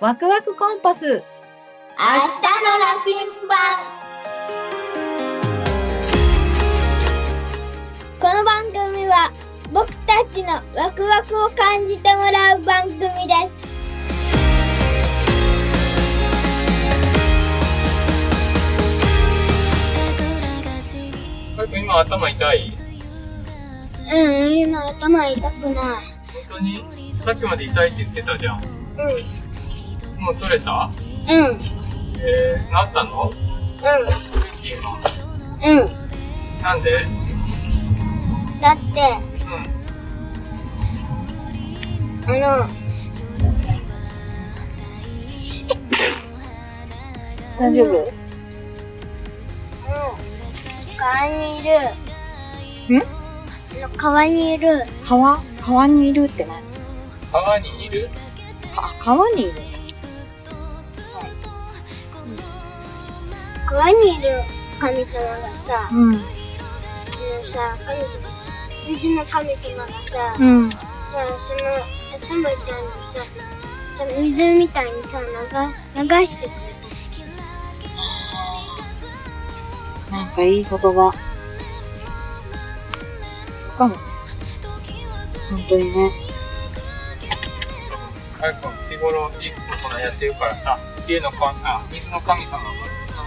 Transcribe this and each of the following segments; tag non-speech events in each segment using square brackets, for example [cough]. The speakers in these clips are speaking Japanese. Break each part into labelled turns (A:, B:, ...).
A: ワクワクコンパス
B: 明日の羅針盤この番組は僕たちのワクワクを感じてもらう番組です
C: 最近今頭痛い
B: うん今頭痛くな
C: 本当にさっきまで痛いって言ってたじゃん
B: い
C: もう取れた
B: うんうん
C: えー、なったの
B: う
C: 今
B: んうん
C: なんで
B: だって
C: う
B: あの
A: 大丈夫
B: 川にいる
A: ん
B: あの川にいる
A: 川川にいるって何
C: ん川にいる
A: あ川にいる
B: 川にいる神様がさ、
A: うん
B: あのさ神様水の神様がさ、
A: うん
B: さその頭みたいにささ水みたいにさ流流してくれ
A: なんかいい言葉そうかも本当にね
C: 早く日頃いいことやってるからさ家のかあ水の神様が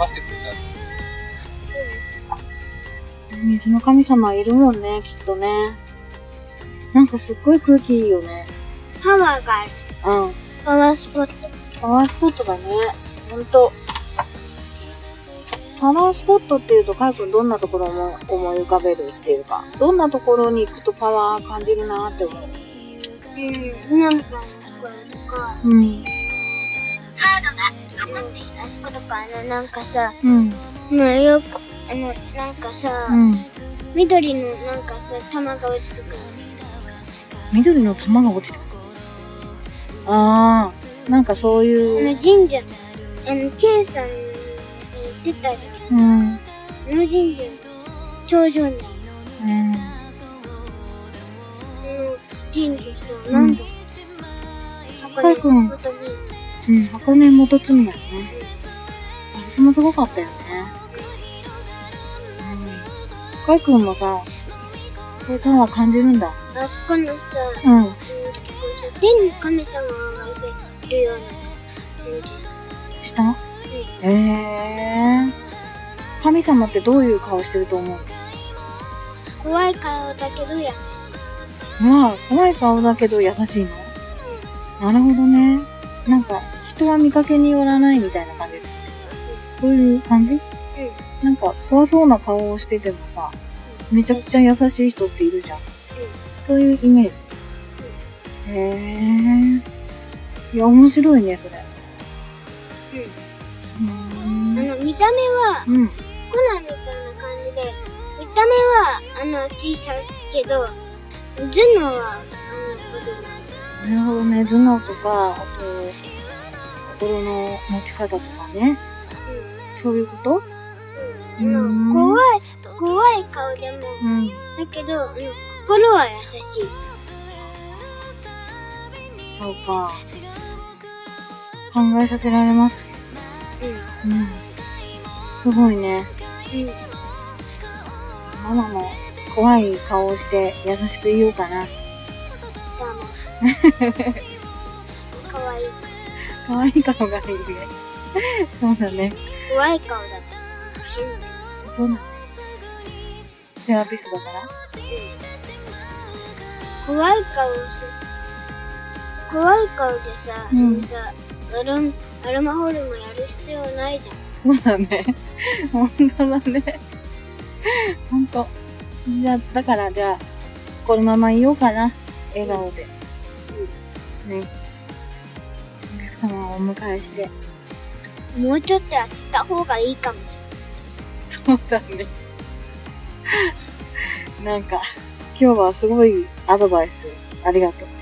C: 流してくれた
A: 水の神様いるもんねきっとねなんかすっごい空気いいよね
B: た、パワーがある
A: うん
B: パワースポット
A: パワースポットだね。ほんと。パワースポットっていうと、かいくんどんなところも思い浮かべるっていうか、どんなところに行くとパワー感じるなって思う。
B: うんなんかこうとか
A: うん。
B: ハードが残っていあそことかあのなんかさ
A: うん。
B: もうよくあのなんかさ、
A: うん。
B: 緑のなんかさ玉が落ちてくる
A: 緑の玉が落ちてくる。あー、なんかそう
B: あ
A: いう。
B: の神社あの K さんに行ってたじゃ
A: うん。
B: んあの神社の頂上に
A: うん。
B: あの神社さ、
A: ん
B: なんで箱根
A: うん
B: のことに
A: うん。箱根元積みだよね。あそこもすごかったよね。うん。かいくんもさ、そういうパワー感じるんだ。
B: あそこのさ、
A: うん。
B: 天の神様がいるような感じ
A: したへえー、神様ってどういう顔してると思う
B: 怖い顔だけど優しい
A: まあ怖い顔だけど優しいのなるほどねなんか人は見かけによらないみたいな感じですよねそういう感じなんか怖そうな顔をしててもさめちゃくちゃ優しい人っているじゃんそういうイメージへえー、いや面白いねそれう
B: うん
A: ーん
B: あの見た目は
A: うん
B: コナンみたいな感じで見た目はあの小さいけど頭脳はあの子供
A: なるほどね頭脳とかあと心の持ち方とかねそういうこと
B: うんあ
A: うん
B: の怖い怖い顔でも
A: うん
B: だけどあの心は優しい
A: そうか考えさせられますうんすごいね
B: うんうん
A: ママも怖い顔をして優しく言おうかな
B: だも
A: [laughs]
B: かわいい
A: 可愛い顔がいいねそうだね
B: 怖い顔だった変だっ
A: そうだねセラピストだから
B: た怖い顔する怖い顔でさ、
A: うん
B: さアロンアロマホルモンやる必要ないじゃん
A: そうだね。本当だね。本当。じゃあ、だから、じゃあ、このままいようかな。笑顔で。ね。お客様をお迎えして。
B: もうちょっとはした方がいいかもし
A: そうだね。なんか、今日はすごいアドバイス。ありがとう。